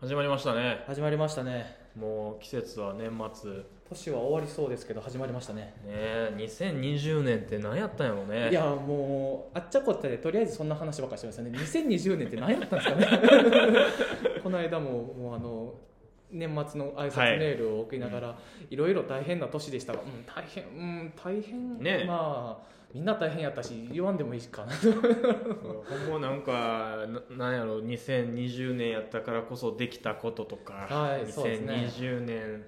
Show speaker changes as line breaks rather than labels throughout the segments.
始まりましたね
始まりましたね
もう季節は年末ね
年は終わりそうですけど始まりましたね
え2020年って何やったんやろうね
いやもうあっちゃこっちゃでとりあえずそんな話ばっかりしてましたね2020年って何やったん ですかねこの間ももうあの年末の挨
はい
拶メールを送りながら、いろいろ大変な年でしたが、うん、大変、うん、大変、
ねえ
まあ、みんな大変やったし、言わんでもいい かなと、
ほんまなんかななんやろう2020年やったからこそできたこととか、
はいそうですね
2020年、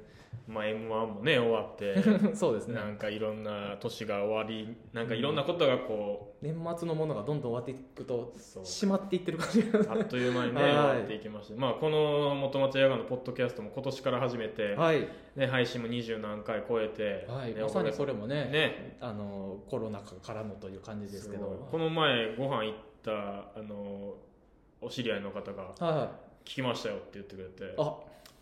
まあ、m 1もね終わって
そうですね、
なんかいろんな年が終わりなんかいろんなことがこ
年末のものがどんどん終わっていくと
う、、そう
しまっていってる感じが、
あっという間にね
はい
終わっていきまして、まあ、この「元町映画のポッドキャストも今年から始めて、
はい、
ね、配信も二十何回超えて、
はい、
ね
まさに
おかげ
これもね
ね
あのコロナ禍からのという感じですけ
すごい
ど
この前ご飯行ったあのお知り合いの方が
は
「聞きましたよ」って言ってくれて
いあ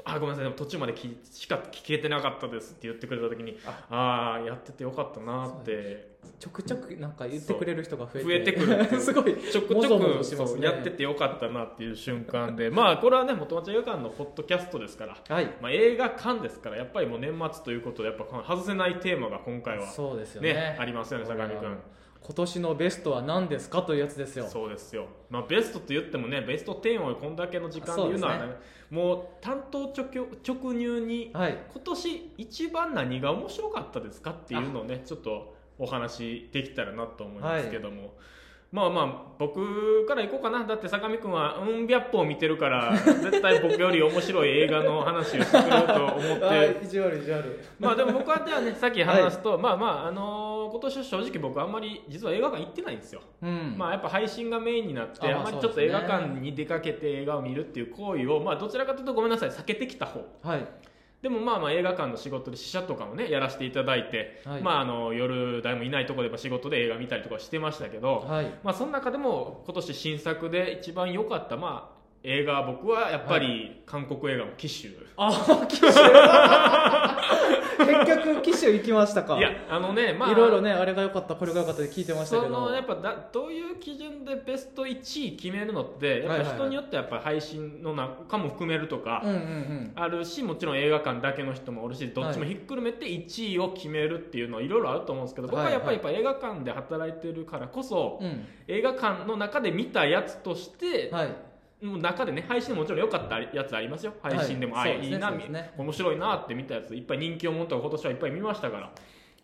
あごめんなさいでも途中まで聞しか聞けてなかったです」って言ってくれた時にああーやっててよかったなーって
ちょくちょくなんか言ってくれる人が増えて
増えてくるっていう
すごい
ちょくち
も
ょ
ぞもぞ
く
します
そう
ね
やっててよかったなっていう瞬間で まあこれはね元町映画館のポッドキャストですから、
はい
まあ、映画館ですからやっぱりもう年末ということでやっぱ外せないテーマが今回は
そうですよね
ねありますよね坂上
こ
く
れは
ん。
今年のベストは何ですかというやつですよ
そうですよ、まあ、ベストと言ってもねベスト10をこんだけの時間で言うのはね
そうで
もう担当直球直入に
はい
今年一番何が面白かったですかっていうのをねちょっとお話できたらなと思いますけども、まあまあ僕から行こうかなだって坂見君は「うん百歩」を見てるから絶対僕より面白い映画の話をしてくれると思って
意地悪い意地悪
まあでも僕はではねさっき話すと、まあまああのー今年は正直僕あんまり実は映画館行ってないんですよ
うん
まあ、やっぱ配信がメインになって
あ
あ
ま
ま
あ
りち
そ
ょ
う
っ
ですね
と映画館に出かけて映画を見るっていう行為を、まあ、どちらかというとごめんなさい避けてきた方
はい
でもまあまあ映画館の仕事で試写とかもねやらせていただいて、
はい
まあ、あの夜誰もいないところでまあ仕事で映画見たりとかしてましたけど、
はい
まあ、その中でも今年新作で一番良かった、まあ、映画僕はやっぱり韓国映画の「キシュ」
あ機種結局機種行きましたか
いやあのねまあ
いろいろねあれが良かったこれが良かったで聞いてましたけ
そのや
ど
っぱだどういう基準でベスト1位決めるのってやっぱ人によってやっぱ配信の中も含めるとか、
うんうんうん
あるしもちろん映画館だけの人もおるしどっちもひっくるめて1位を決めるっていうのはいろいろあると思うんですけど僕はやっぱりやっぱ映画館で働いてるからこそ
うん
映画館の中で見たやつとして
はい
もう中でね配信でもちろん良かったやつありますよ
はい
配信でも、あ
そうです
い
ね
いな、
そうですね
面白いなって見たやついっぱい人気を持った今年はいっぱい見ましたから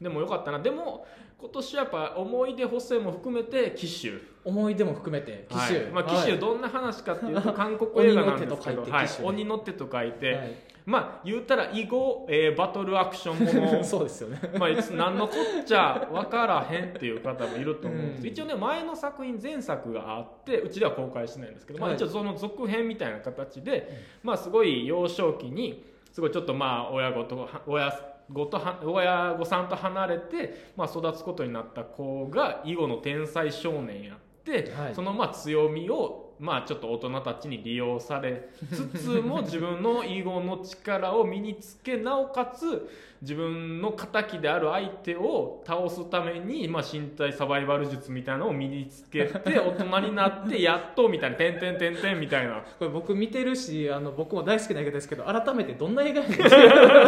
でも良かったなでも今年はやっぱ思い出補正も含めて紀州
思い出も含めて機
はい
種
まあ、紀州どんな話かっていう と韓国映画なんですけど
鬼の手と書いて
はい
紀州ね
鬼の手と書いて、
はい
まあ言うたら以後、えーバトルアクションもの、
そうですよね。
まあ、いつ何のこっちゃ分からへんっていう方もいると思うんです、
うん
一応ね前の作品前作があってうちでは公開してないんですけど、まあ、
はい
一応その続編みたいな形で、まあすごい幼少期にすごいちょっとまあ親御とは親ごとは親御さんと離れて、まあ、育つことになった子が囲碁の天才少年やって、
はい
そのまあ強みをまあちょっと大人たちに利用されつつも自分の囲碁の力を身につけなおかつ自分の敵である相手を倒すために、まあ、身体サバイバル術みたいなのを身につけて大人になってやっとみたいな「てんてんてんてん」みたいな
これ僕見てるし、あの僕も大好きな映画ですけど、改めてどんな映画 やねん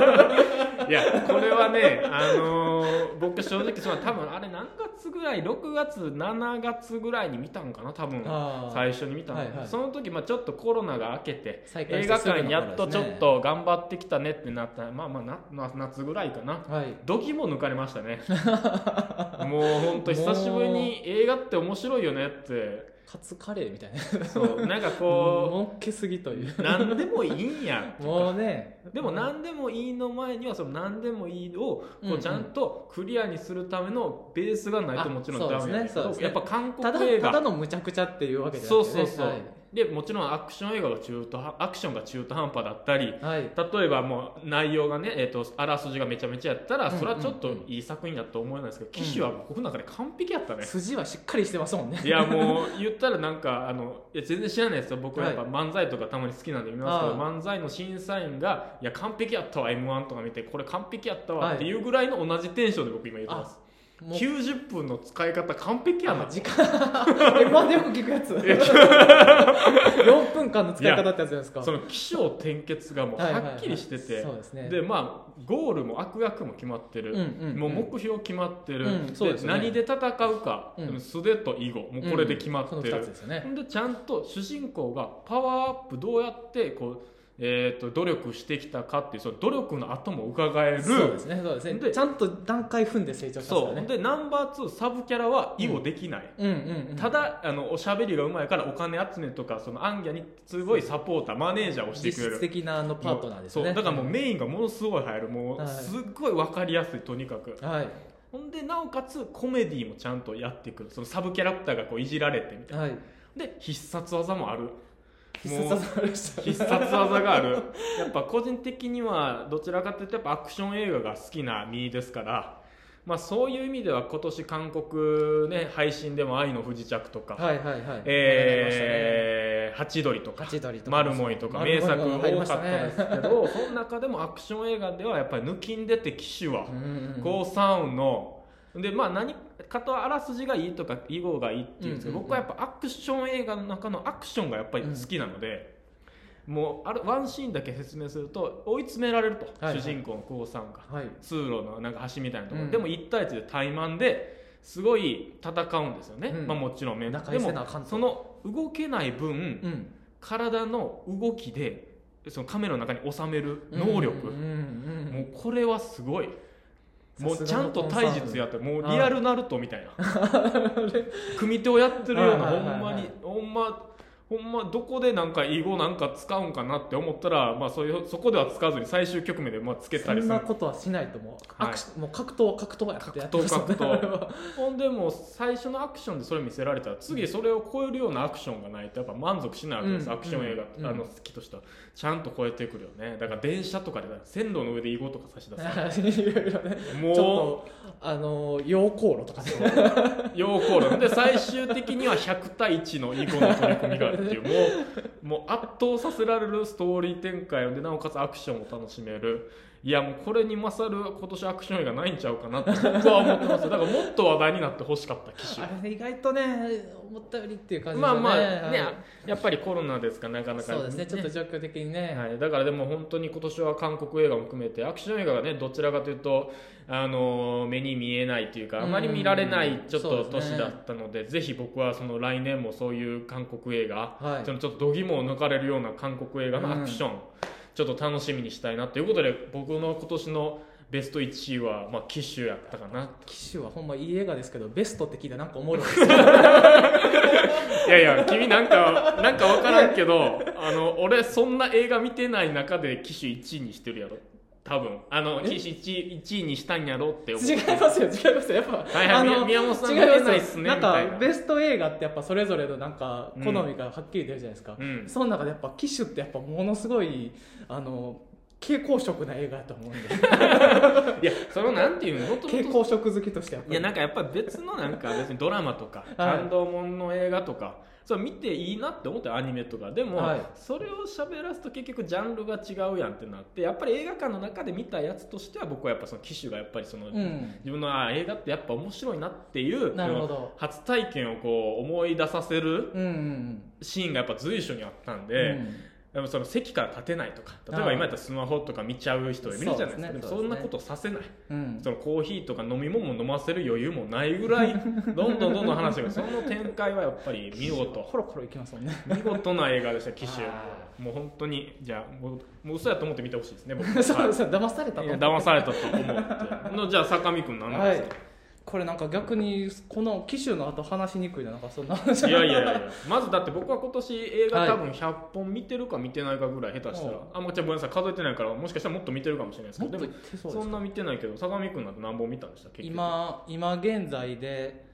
いやこれはね、あのー僕正直その多分あれ何月ぐらい6月7月ぐらいに見たんかな多分
あー
最初に見たの、
はいはい
その時、まあ、ちょっとコロナが明けて
再開
映
して
画
すぐの頃
館やっとち
です
ょ
ね
っと頑張ってきたねってなったまあまあなな夏ぐらいかな
はい。
度肝も抜かれました ねもう本当久しぶりに映画って面白いよねって
カツカレーみたいな。
そうなんかこ
もっけすぎという。
う何でもいいんやとか
もうね。
でも何でもいいの前にはその何でもいいをこ
うんう
うんちゃんとクリアにするためのベースがないともちろん
あ
ダメだけ
そ
ど、
うですねそうですね
やっぱ韓
ただ
国映
ただ
画
のむちゃくちゃっていうわけじゃ
そう
なくて、
そう
ね。
そう、でもちろんアクション映画が中途半アクションが中途半端だったり
はい。はい。
例えばもう内容がね、えー、とあらすじがめちゃめちゃやったら
うんうん
それはちょっといい作品だと思えないですけど、騎手は僕の中で完璧やったね、
筋はしっかりしてますもんね。
いやもう言ったらなんかあのいや全然知らないですよ僕はやっぱ
は
漫才とかたまに好きなんで見ますけど、
あ
漫才の審査員が「いや完璧やったわ m 1とか見てこれ完璧やったわ
は」い
っていうぐらいの同じテンションで僕今言ってます、
もう
90分の使い方完璧やな
あ時間。え、までよく聞くやつ。4分間の使い方ってやつじゃないですか
その起承転結がもう
はいはいはい
はっきりしてて
そうですね
でまあゴールも悪役も決まってる、
うんうんうん
もう目標決まってる、
うんそうですね
何で戦うか、
うん
素手と囲碁もうこれで決まって
うん
る、
この2つですよね
ほんでちゃんと主人公がパワーアップどうやってこう、えー、と努力してきたかっていうその努力の後も伺える
そうですねそうですね
で
ちゃんと段階踏んで成長したんです
そ
よ
う
ね
でナンバー2サブキャラは囲碁できない、
うんうんうん
ただあのおしゃべりがうまいからお金集めとかそのアンギャにすごいサポーターマネージャーをして
実
くれ
質
る
的なあのパートナーですよ
そ
ね
うだからもうメインがものすごい入るも
は
う
い
すっごい分かりやすいとにかく
はい
ほんでなおかつコメディもちゃんとやってくるそのサブキャラクターがこういじられてみたいな
はい
で必殺技もある
必殺技ありました
必殺技があるやっぱ個人的にはどちらかというとやっぱアクション映画が好きな身ですから、まあ、そういう意味では今年韓国、ね、配信でも「愛の不時着」とか、
はいはいはい
えーハチドリ」と
ハ
か
チドリと
「
か
マルモイ」とか
マ
名
ルモイ
作
が
多
入り
か
ま
っ
したた
ん
ね
ですけどその中でもアクション映画ではやっぱり抜きん出て機種は
うんうん
ゴーサウンのでまあ何かとあらすじがいいとか囲碁がいいっていうんですけど、
うんうん
僕
うん
はやっぱアクション映画の中のアクションがやっぱり好きなので、もうあるワンシーンだけ説明すると追い詰められると、
はいはい
主人公のゴーサウンが
はい
通路のなんか橋みたいなところ、
うん
でも1対1で対マンですごい戦うんですよね、
うん
まあ、もちろん面
仲
で
良せ
も
なあかんと
その動けない分、
うん
体の動きでそのカメラの中に収める能力、
うんうんうん
もうこれはすごいもう
さ
ち
す
ゃ
が
ん
の
と
コンサート
体術やってもうリアルナルトみたいな 組手をやってるような
は
ほ
いはいはい
んまにほんまほんまどこでなんか囲碁なんか使うんかなって思ったら、まあ、そういうそこでは使わずに最終局面でまあつけたり
そん
する
なことはしないともう,、
はい
アクシもう格闘格闘やってやって
格闘格闘
あれは
ほんでもう最初のアクションでそれ見せられたら次それを超えるようなアクションがないとやっぱ満足しないわけです、
うん
アクション映
うん
画、あの好きとしてはちゃんと超えてくるよねだから電車とかで線路の上で囲碁とか差し出す
いろいろね ちょっ
もう
とあの溶鉱炉とかね
陽光論で最終的には100対1の囲碁の取り組みがあるっていうもうもう圧倒させられるストーリー展開でなおかつアクションも楽しめるいやもうこれに勝る今年アクション映画ないんちゃうかなって僕は思ってますだからもっと話題になってほしかった機種
あれ意外とね思ったよりっていう感じで
まあ
すね
まあね
はい
やっぱりコロナですかなかなか
そうですねちょっと状況的にね、
はい、だからでも本当に今年は韓国映画も含めてアクション映画がねどちらかというと、あのー目に見えないというかあまり見られな
うん
いちょっ
そう
と
です
年
ね
だったのでぜひ僕はその来年もそういう韓国映画、
はい
そのちょっと度肝を抜かれるような韓国映画のアクション、ちょっと楽しみにしたいなということで僕の今年のベスト1位は、まあ、キッシュやったかな
機種はほんまいい映画ですけどベストって聞いたらなんか思うのです
いやいや君なんかなんか分からんけどあの俺そんな映画見てない中でキッシュ1位にしてるやろ多分あの
え
キッシュ 1, 1位にしたんやろって思う
違いますよ違いますよやっぱ、
はいはい宮本さん
違います
見
よ
てないっすね
なん
みたいな
かベスト映画ってやっぱそれぞれのなんか好みがはっきり出るじゃないですか、
うん
その中でやっぱ機種ってやっぱものすごいあの蛍光色な映画だと思うんで
いやそのなんていうの元
蛍
々
光色好きとしてやっぱ
い
り
やなんかやっぱ別のなんか別にドラマとか
はい
感動もんの映画とかそう見ていいなって思ってアニメとかでも、
はい
それを喋らすと結局ジャンルが違うやんってなってやっぱり映画館の中で見たやつとしては僕はやっぱその機種がやっぱりその、
うん
自分のあー映画ってやっぱ面白いなっていう
なるほ
そ
ど
の初体験をこう思い出させる
うんうん
シーンがやっぱ随所にあったん
うん
で、でもその席から立てないとか例えば
ああ
今やったらスマホとか見ちゃう人いるじゃないですか
そうですね
でも
そう
そ
です
ん
ね
なことさせない
うんうん
そのコーヒーとか飲み物も飲ませる余裕もないぐら いどんどんどんどん話がその展開はやっぱり見事
コロコロいきますもんね
見事な映画でした機種
あ
もう本当にじゃあもうもう嘘やと思って見てほしいですね僕
そう
は
そう騙された
いい
と思
や
って
騙されたと思ってのじゃあ坂見君何なんですか、
これなんか逆にこの機種の後話しにくいななんかそんな話
いやいやいやいやまずだって僕は今年映画
はい
多分100本見てるか見てないかぐらい下手したら
おう
あもうじゃあごめんなさい数えてないからもしかしたらもっと見てるかもしれないですけ
もっ
ど
と
で
言
も
ってそうで
そ
す
んな見てないけど相模君なんて何本見たんでしたっけ結局
今今現在で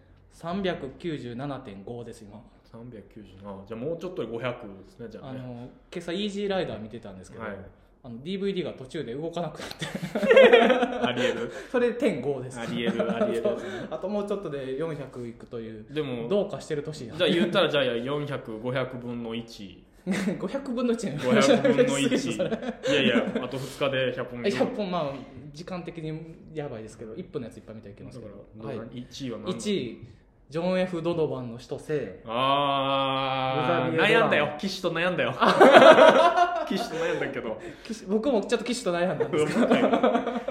397.5です今
390あじゃあもうちょっとで500ですねじゃあ
あ
ね
の今朝イージーライダー見てたんですけど、
はい
あの DVD が途中で動かなくなって
ありえ る
それで点5です
ありえるありえる
あともうちょっとで400いくという
でも
どうかしてる年や
じゃあ言ったらじゃあ400500分の1500
500分の1
分の
すぎる
1いやいやあと2日で100本
そ
見
れ
る
100本まあ時間的にやばいですけど1分のやついっぱい見たらいけますけ
だ
ど
か、ら
はい、
1位は何だ
1位ジョン・ F ・ドドバンの人生
あー
ブザビエドラ
悩んだよ岸と悩んだ よ岸と悩んだけど
岸僕もちょっと騎士と悩んだん ですけど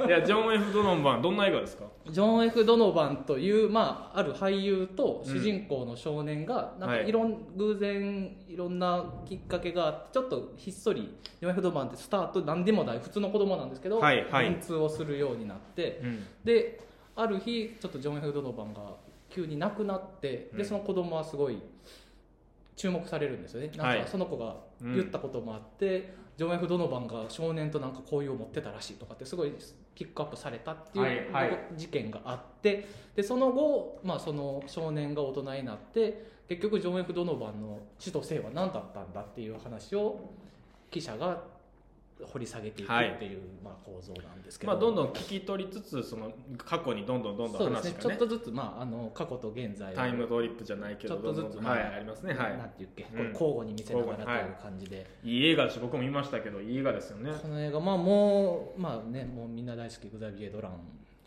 いやジョン・ F ・ドノンバンどんな映画ですか
ジョン・ F ・ドノバンという、まあ、ある俳優と主人公の少年が、なんか
はい
いろん、偶然いろんなきっかけがあってちょっとひっそりジョン・ F ・ドノバンってスタート何でもない普通の子供なんですけど
はいはい
文通をするようになって
うん
である日ちょっとジョン・ F ・ドノバンが急に亡くなって
う
で
ん
その子供はすごい注目されるんですよねな
は
ん
い
かその子が
うん
言ったこともあって、ジョン・ F ・ドノバンが少年となんか交友を持ってたらしいとかってすごいピックアップされたっていう、
はいはい
事件があってでその後、まあ、その少年が大人になって結局ジョン・ F ・ドノバンの死と生は何だったんだっていう話を記者が掘り下げていく
はい
っていう、まあ、構造なんですけど、
まあ、どんどん聞き取りつつその過去にどんどんどんどん
そうで
話
す
が
ね
ね
ちょっとずつ、まあ、あの過去と現在を
タイムトリップじゃないけど
ちょっとずつ
どんどん
まあ
はい、ありますねは
なんていうっけ、これ
うん
交互に見せながらと
交互
い
に
う感じで、
いいい映画だし僕も見ましたけどいい映画ですよね
この映画まあもうまあねもうみんな大好きグザビエ・ドラン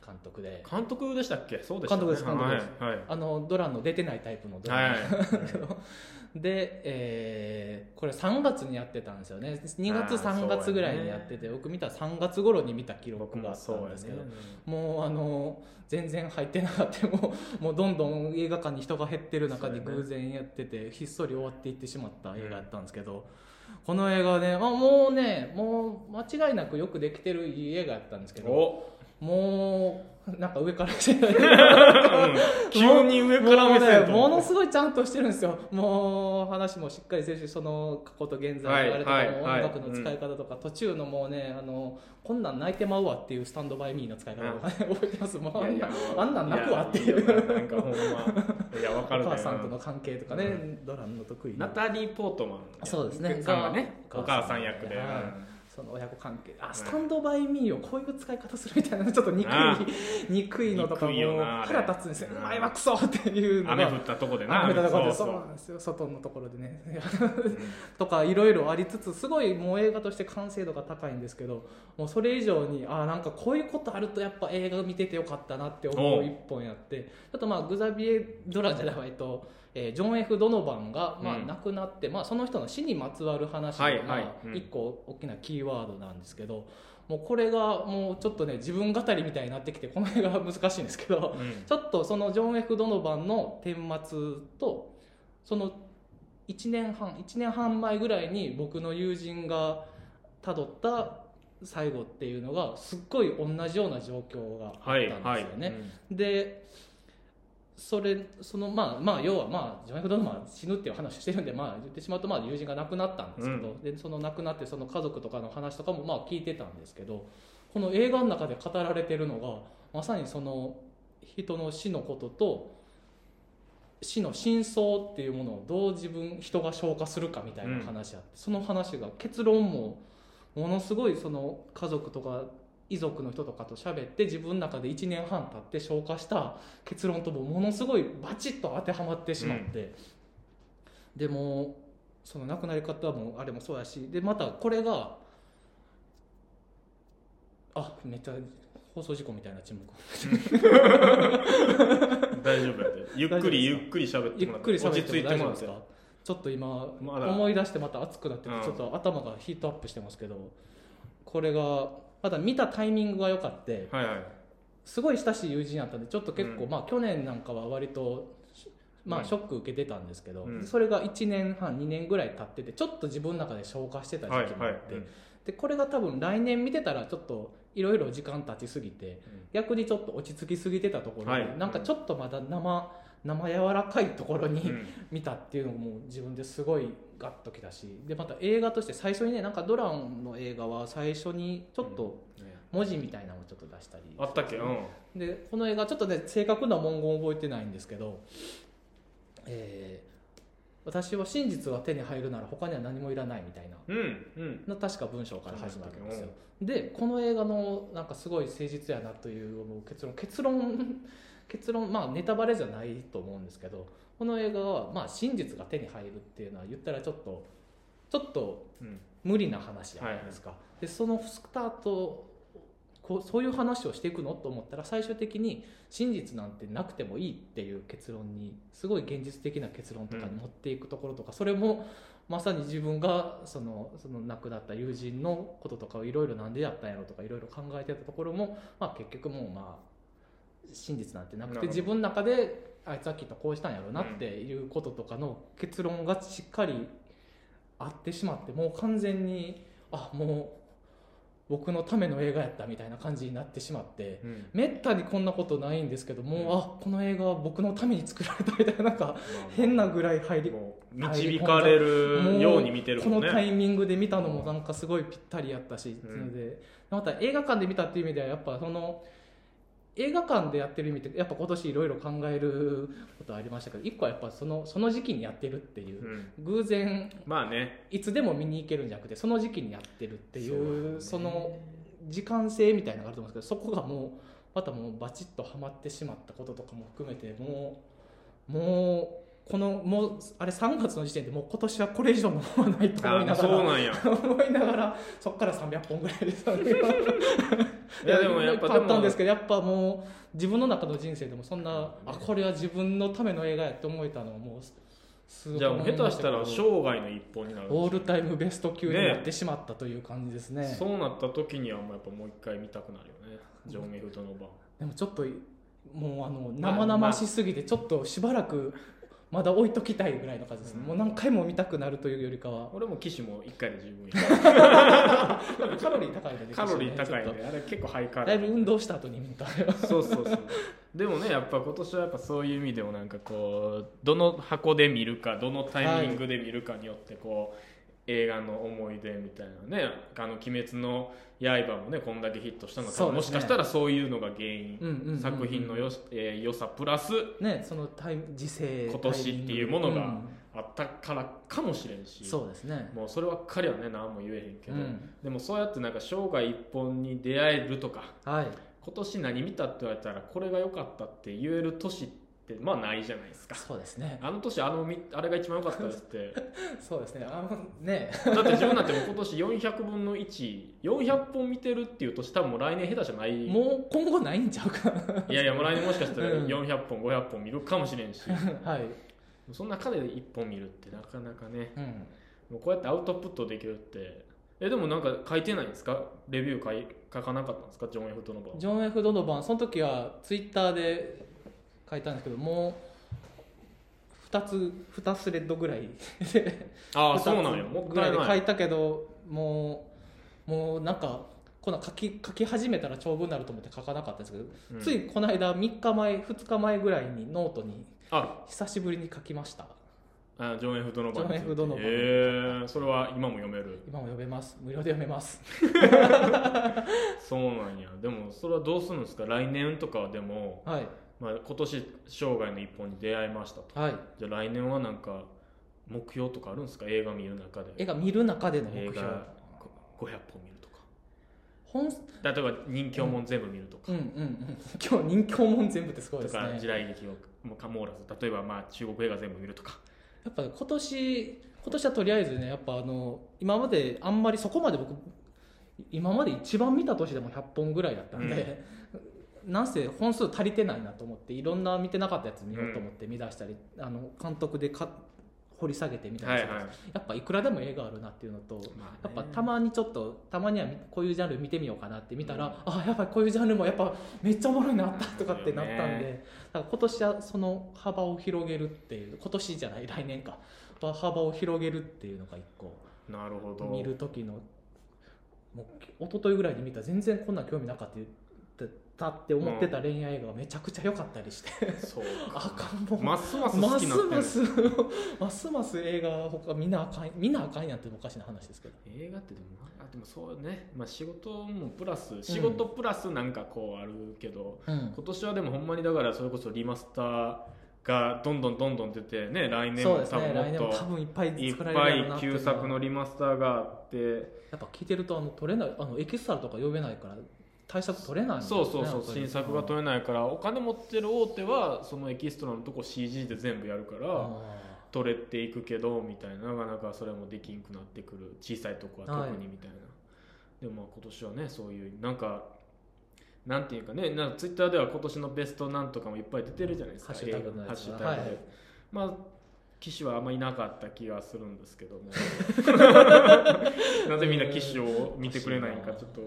監督で
監督でしたっけそうでした、ね、
監督です監督です
はい
あのドランの出てないタイプのド
は
ラ
い、
ン、
はい
で、えーこれ3月にやってたんですよね2月
あー
3月ぐらい
そう
に
や
や
ね
ってて、僕見た3月頃に見た記
僕
録
も
があった
そうんや
ですけど
ね
もうあの全然入ってなかったもうもうどんどん映画館に人が減ってる中で
そうやね
偶然やってて、ひっそり終わっていってしまった映画だったんですけど、この映画ね、まあ、もうねもう間違いなくよくできてるいい映画だったんですけど
お、
もうなんか上から来て
うん、急に上から目線と
もうねものすごいちゃんとしてるんですよもう話もしっかりしてるしその過去と現在の流れとか
はい
も
はい
音楽の使い方とか途中のもうねあのこんなん泣いてまうわっていうスタンドバイミーの使い方とかね覚えてますもうあんなあんなん泣くわっていう
ややなんかほんまいやわ
お
かるね
母さんとの関係とかね、
う
ドラムの得意
ナ
な
タリー・ポートマン
そうですね
さんがね
が
お母さん役で、
はい
うん
その親子関係あ、
い
スタンドバイミーをこういう使い方するみたいなちょっと憎い
ああ
憎いのとかも
憎いよなあれ
腹立つんですよ
うん
「お前はクソ!」っていうのが
雨降ったとこでな
雨だとこで
そ
そうう
そう
なんですよ外のところでねとかいろいろありつつすごいもう映画として完成度が高いんですけどもうそれ以上にあーなんかこういうことあるとやっぱ映画見ててよかったなって思
お
う
う
一本やってあとまあグザビエ・ドランじゃないわえっと、えージョン・ F ・ドノバンがまあ
うん
亡くなって、まあ、その人の死にまつわる話
はい
が
はい
まあ
うん
一個大きなキーワードなんですけど。もうこれがもうちょっとね自分語りみたいになってきてこの映画は難しいんですけど、
うん
ちょっとそのジョン・ F ・ドノバンの顛末とその1年半1年半前ぐらいに僕の友人がたどった最後っていうのがすっごい同じような状況があっ
はい
たん
は
で
い
すよね。でそれそのまあまあ要はまあジョン・エフ・ドノマン死ぬっていう話をしてるんでまあ言ってしまうとまあ友人が亡くなったんですけど、でその亡くなってその家族とかの話とかもまあ聞いてたんですけどこの映画の中で語られてるのがまさにその人の死のことと死の真相っていうものをどう自分人が消化するかみたいな話あって、その話が結論もものすごいその家族とか遺族の人とかと喋って自分の中で1年半経って消化した結論ともものすごいバチッと当てはまってしまって、でもその亡くなり方もあれもそうやしでまたこれがあめっちゃ放送事故みたいな沈黙
うん大丈夫やでゆっくりゆ
大丈夫ですか
っくり喋ってもらって落ち着い
ゆっくり喋って
て
も大
も
丈夫
らっ
です
て
かちょっと今
まだ
思い出してまた熱くなってて
うん
ちょっと頭がヒートアップしてますけどこれがまだ見たタイミングが良かって
はいはい
すごい親しい友人やったんでちょっと結構、
うん
まあ去年なんかは割としま
う
あ
ん
ショック受けてたんですけど、
うん
それが1年半2年ぐらい経っててちょっと自分の中で消化してた
はい
時期も
は
あ
い
って、でこれが多分来年見てたらちょっといろいろ時間経ちすぎて
うん
逆にちょっと落ち着きすぎてたところに、
はい
なんかちょっとまだ生生柔らかいところに、
うん
見たっていうのも自分ですごいガッときたしでまた映画として最初にねなんかドランの映画は最初にちょっと文字みたいなのをちょっと出したり、
あったっけうん
でこの映画ちょっとね正確な文言覚えてないんですけど、えー私は真実が手に入るなら他には何もいらないみたいな
うんうん
の確か文章から始まるんですよでこの映画のなんかすごい誠実やなという思う結論結論 結論まあネタバレじゃないと思うんですけどこの映画はまあ真実が手に入るっていうのは言ったらちょっとちょっと
うん
無理な話じゃないですか、でそのスタートこうそういう話をしていくのと思ったら最終的に真実なんてなくてもいいっていう結論にすごい現実的な結論とかに持っていくところとか、それもまさに自分がそのその亡くなった友人のこととかをいろいろなんでやったんやろとかいろいろ考えてたところも、まあ、結局もうまあ真実なんてなく
なる
て
ほど
自分の中であいつはきっとこうしたんやろうなっていうこととかの結論がしっかりあってしまってもう完全にあもう僕のための映画やったみたいな感じになってしまって
うん
めったにこんなことないんですけども、
うん
あこの映画は僕のために作られたみたいななんか変なぐらい入り
もう導かれるように見てる
こ
も
の
んね
タイミングで見たのもなんかすごいぴったりやったし、
うん
なのでまた映画館で見たっていう意味ではやっぱその映画館でやってる意味ってやっぱ今年いろいろ考えることありましたけど一個はやっぱそのその時期にやってるっていうう、
ん
偶然
まあね
いつでも見に行けるんじゃなくてその時期にやってるっていうそ
そうだね
の時間性みたいなのがあると思うんですけどそこがもうまたもうバチッとはまってしまったこととかも含めてもうもうこのもうあれ3月の時点でもう今年はこれ以上のものはないと思いな
あ
が
そう
ら。
なんや
思いながらそこから300本ぐらいですよね
いやでもやっぱ
買ったんです
け
けどやっぱもう自分の中の人生でもそんなあこれは自分のための映画やって思えたのはもうすすごい
じゃあもう
思い
下
ま
手したら
けど
生涯の一本になる
オールタイムベスト級になってしまったという感じですね
そうなった時にはもうやっぱもう一回見たくなるよねジョン・ミフトの番
でもちょっともうあの
まあ
生々しすぎてちょっとしばらくまだ置いときたいぐらいの感じですね、
うん
もう何回も見たくなるというよりかは
俺も騎士も一回で十分や
カロリー高いので、
カロリー高い
ちょ
ね
っ
あれ結構ハイカ
と
ロ
だ
リ
い
ー
ぶ運動した後に見た
そうそうそうでもねやっぱ今年はやっぱそういう意味でもなんかこうどの箱で見るかどのタイミングで見るかによってこう、映画の思い出みたいなね「あの鬼滅の刃」もねこんだけヒットしたのは、
そう
も
で
し
すね
かしたらそういうのが原
う
因、
んうんうんうん
作品のよし、えー良さプラス
ねそのタイム時勢
今年っていうものが
うん
あったからかもしれんし
そうですね
もうそればっかりはね何も言えへんけど、
うん
でもそうやってなんか生涯一本に出会えるとか
はい
今年何見たって言われたらこれが良かったって言える年ってまあないじゃないですか
そうですね
あの年あのみあれが一番良かったですって
そうですねあのね
だって自分なんてもう今年400分の1400本見てるっていう年多分もう来年下手じゃない
もう今後ないんちゃうか
いやいやもう来年もしかしたら
うん
400本500本見るかもしれんし
なはい、
その中で1本見るってなかなかね
うん、
もうこうやってアウトプットできるってえでもなんか書いてないんですかレビュー書い書かなかったんですかジョン・エフトの場
ジョン・ F ・ドノバンその時はツイッターで書いたんですけどもう2つ2スレッドぐらい
ああ
二つ
そうなんよもっ
ぐ
た
らい
い
で
な
書
い
いたけどもうもうなんかこんな書き書き始めたら長文になると思って書かなかったんですけど、
うん
ついこの間3日前2日前ぐらいにノートに
あ
久しぶりに書きました
あジョン・エフトの場
ジョン F ドノバン
えーそれは今も読める
今も読めます無料で読めます
そうなんやでもそれはどうするんですか来年とかはでも、
はい
まあ、今年生涯の一本に出会いましたと
はい
じゃあ来年はなんか目標とかあるんですか映画見る中
絵
で
が見る中での目
映
標
画こ500本見るとか
本
例えば人気もん全部見るとか、
うんうんうん今日人狂門全部ってすごい
と
です
か
ね
時代劇をもかもらず例えばまあ中国映画全部見るとか
やっぱ今年今年はとりあえずねやっぱあの今まであんまりそこまで僕今まで一番見た年でも100本ぐらいだったんで、 なんせ本数足りてないなと思っていろんな見てなかったやつ見ようと思って見出したり、あの監督でか掘り下げてみた
はい
り
は
と
い
か、やっぱいくらでも映画あるなっていうのと。
まあ
や
ね
っぱたまにちょっとたまにはこういうジャンル見てみようかなって見たら、
うん
あやっぱりこういうジャンルもやっぱめっちゃおもろいなったとかってなった
そうんよ
で、だから今年はその幅を広げるっていう今年じゃない来年かは幅を広げるっていうのが一個
なるほど
見る時のもう一昨日ぐらいに見た全然こんなん興味なかったって言ってたって思ってた恋愛映画がめちゃくちゃ良かったりして、
そう
あ
か
かんもん
ますます
ま
好
す
きになって
ま
る
す ますます映画他見なあかん見なあかんやんっておかしな話ですけど
映画ってでもあでもそうね、まあ、仕事もプラス仕事プラスなんかこうあるけど、
うん
今年はでもほんまにだからそれこそリマスターがどんどんどんどん出てね来年
そう
も
です
多
ね
分もっ
来年も多
と
分いっぱい
いっ
作られるやろう
ぱ
ないってい
旧
うのは
作のリマスターがあって
やっぱ聞いてるとあの取れないあのエキストラとか呼べないから対策取れないんですね
そうそうそ
やっ
う
ぱり
新作が取れないからお金持ってる大手はそのエキストラのとこ CG で全部やるか
あ
ら取れていくけどみたいななかなかそれもできんくなってくる小さいとこは特にみたいな、でもまあ今年はねそういうなんかなんていうかねなんかツイッターでは今年のベストなんとかもいっぱい出てるじゃないですか、
ハッシュタグのやつ
ハッシュタグ
は
で、
い
まあ騎士はあんまいなかった気がするんですけ どもなぜみんな騎士を見てくれないんかちょっと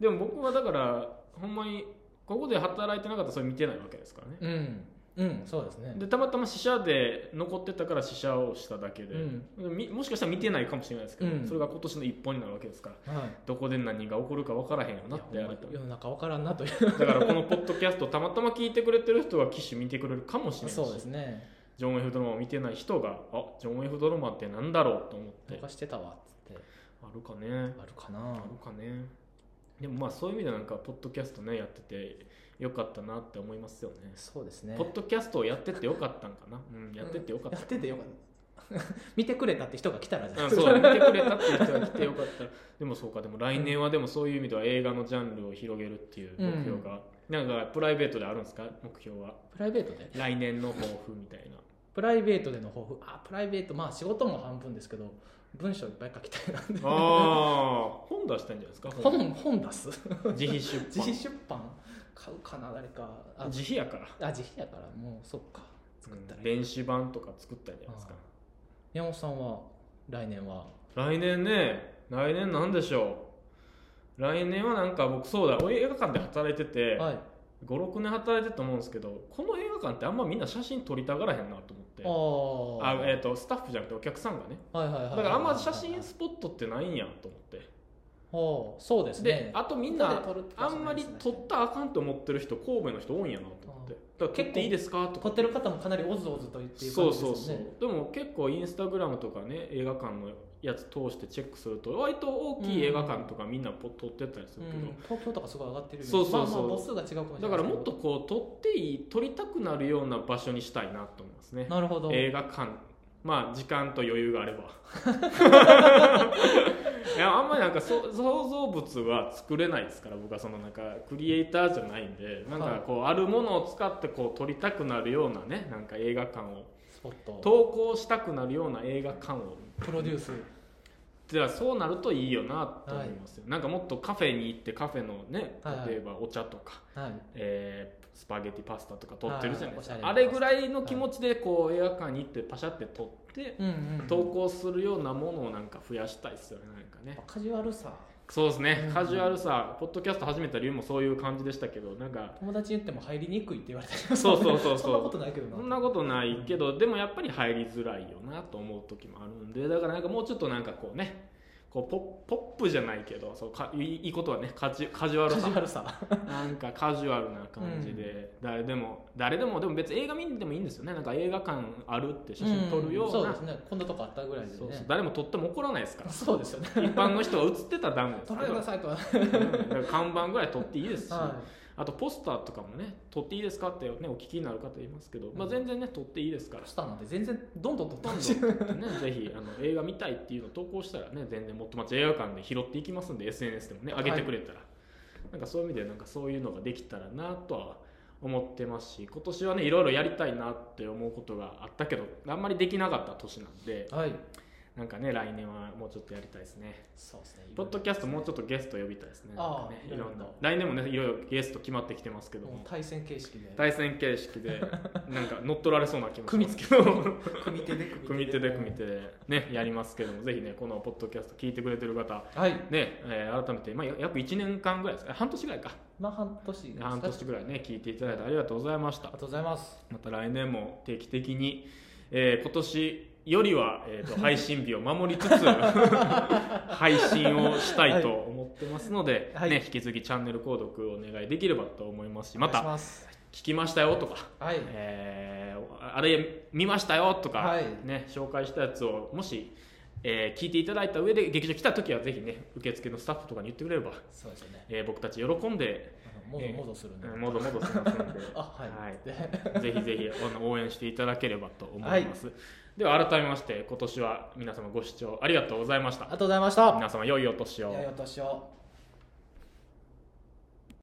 でも僕はだからほんまにここで働いてなかったらそれ見てないわけですからね
うんうんそうですね
でたまたま試写で残ってたから試写をしただけで、
うん
みもしかしたら見てないかもしれないですけど、
うん
それが今年の一本になるわけですから
はい
どこで何が起こるか分からへんよなって
いや
や
ほ
る
ん
と
ま世の中分からんなという
だからこのポッドキャストたまたま聞いてくれてる人は機種見てくれるかもしれないし
そうですね
ジョン・エフ・ドロマンを見てない人があジョン・エフ・ドロマンってなんだろうと思って
どうかしてたわっつって
あるかね
あるか
あ
な
るかねでもまあそういう意味でなんかポッドキャストねやっててよかったなって思いますよね
そうですね
ポッドキャストをやっててよかったんかな、うん、やっててよかった
やっててよかった 見てくれたって人が来たらじゃ
う、
なんいです
そ
か
う見てくれたっていう人が来てよかったでもそうかでも来年はでもそういう意味では映画のジャンルを広げるっていう目標が、なんかプライベートであるんですか目標は
プライベートで
来年の抱負みたい な
プライベートでの抱負あプライベートまあ仕事も半分ですけど文章いっぱい書きたいなんで
ああ本出したいんじゃないですか
本本出す
自費出版
自費出版買うかな誰かあ
自費やから
あ自費やからもうそっか作ったらいい、
電子版とか作ったんじゃないですか
山本さんは来年は
来年ね来年なんでしょう来年はなんか僕そうだ映画館で働いてて、
はい
56年働いてたと思うんですけどこの映画館ってあんまみんな写真撮りたがらへんなと思って
あー
あえー、とスタッフじゃなくてお客さんがね
はいはいはい
だからあんま写真
あ
スポットってないんやと思って
ーそうです
で
ね
あとみん
こ
な
こで撮るって
あ
感じ
ん
じゃ
ま
ない
り
ですね
撮ったらあかんと思ってる人神戸の人多いんやなと思ってだから撮っていいですかと
撮
か
ってる方もかなりおずおずと言っている
そ
感
う
じです
そ
よ
う
ね
そうでも結構インスタグラムとかね映画館のやつ通してチェックすると割と大きい映画館とかみんなポ撮ってったりするけど、
うん、東京とかすごい上がってるよね
そうそうそう
まあ、まあ母数が違うかもしれな
だ
い
からもっとこう撮っていい撮りたくなるような場所にしたいなと思いますね
なるほど、
映画館まあ時間と余裕があれ ばいやあんまりなんかそ想像物は作れないですから僕はそのなんかクリエイターじゃないんでなん
はい
かこうあるものを使ってこう撮りたくなるようなねなんか映画館を
スポット
投稿したくなるような映画館を
プロデュース
ではそうなるといいよなと思いますよ、なんかもっとカフェに行ってカフェのね
はいはい
例えばお茶とか、
はい
えースパゲティパスタとか撮ってるじゃないですか、
はい
あれぐらいの気持ちでこう映画館に行ってパシャって撮って、
うんうんうん
投稿するようなものをなんか増やしたいですよねなんかね
カジュアルさ
そうですね、
うん
カジュアルさポッドキャスト始めた理由もそういう感じでしたけどなんか
友達に言っても入りにくいって言われたり
そうそうそうそう
そんなことないけどな
そんなことないけどでもやっぱり入りづらいよなと思う時もあるんでだからなんかもうちょっとなんかこうねこうポポップじゃないけどそうかいいいいことはねカジュカジュアル
カジ
さ
ュアルさ
なんかカジュアルな感じで、誰でも誰でもでも別に映画見にでもいいんですよねなんか映画館あるって写真撮るような、
そうですねこんなとこあったぐらいでね
そうそう誰も撮っても怒らないですから
そうですよね
一般の人が写ってたらダメです
撮ってくださいとは、
うん看板ぐらい撮っていいですし、
は
あとポスターとかもね撮っていいですかって、ね、お聞きになる方いますけど、まあ、
うん
全然ね撮っていいですか
い、
ら
ポスターなんて全然どんどんどんど
ど
ん
んどん撮ってね ぜひあの映画見たいっていうのを投稿したらね全然もっと町映画館で拾っていきますんで SNS でもね上げてくれたら、なんかそういう意味でなんかそういうのができたらなとは思ってますし今年はねいろいろやりたいなって思うことがあったけどあんまりできなかった年なんで
はい
なんかね来年はもうちょっとやりたいですね。
そうですね
ポッドキャストもうちょっとゲスト呼びたいですね。なん
ああ
かねいろんな
なるほど
来年もねいろいろゲスト決まってきてますけど
も
も
う、対戦形式で
対戦形式 でなんか乗っ取られそうな気もし
組
ま
み
すけど、
組手で
組手で組手でねやりますけども、ぜひねこのポッドキャスト聞いてくれてる方
はい
ね、えー改めてまあ約1年間ぐらいですか、半年ぐらいか、
まあ半年ですか
半年ぐらいね聞いていただいてありがとうございまし
あ
た
りが。とうございます
また来年も定期的に、えー今年よりは、えー、 と配信日を守りつつ配信をしたいと思ってますので、
はい
ね、引き続きチャンネル購読お願いできればと思いますしま
お願
た
いしす
聞きましたよとか、
はい
えーあれ見ましたよとか、
はい
ね、紹介したやつをもし、えー聞いていただいた上で劇場来た時はぜひね受付のスタッフとかに言ってくれれば、
そうですよね
えー僕たち喜んで
あのもぞもぞするね
うんもどもどしますので
。あはい、
はい
で
ぜひぜひあの応援していただければと思います、では改めまして今年は皆様ご視聴ありがとうございまし
あり
た
がとうございました
皆様良いお年を
良いお年を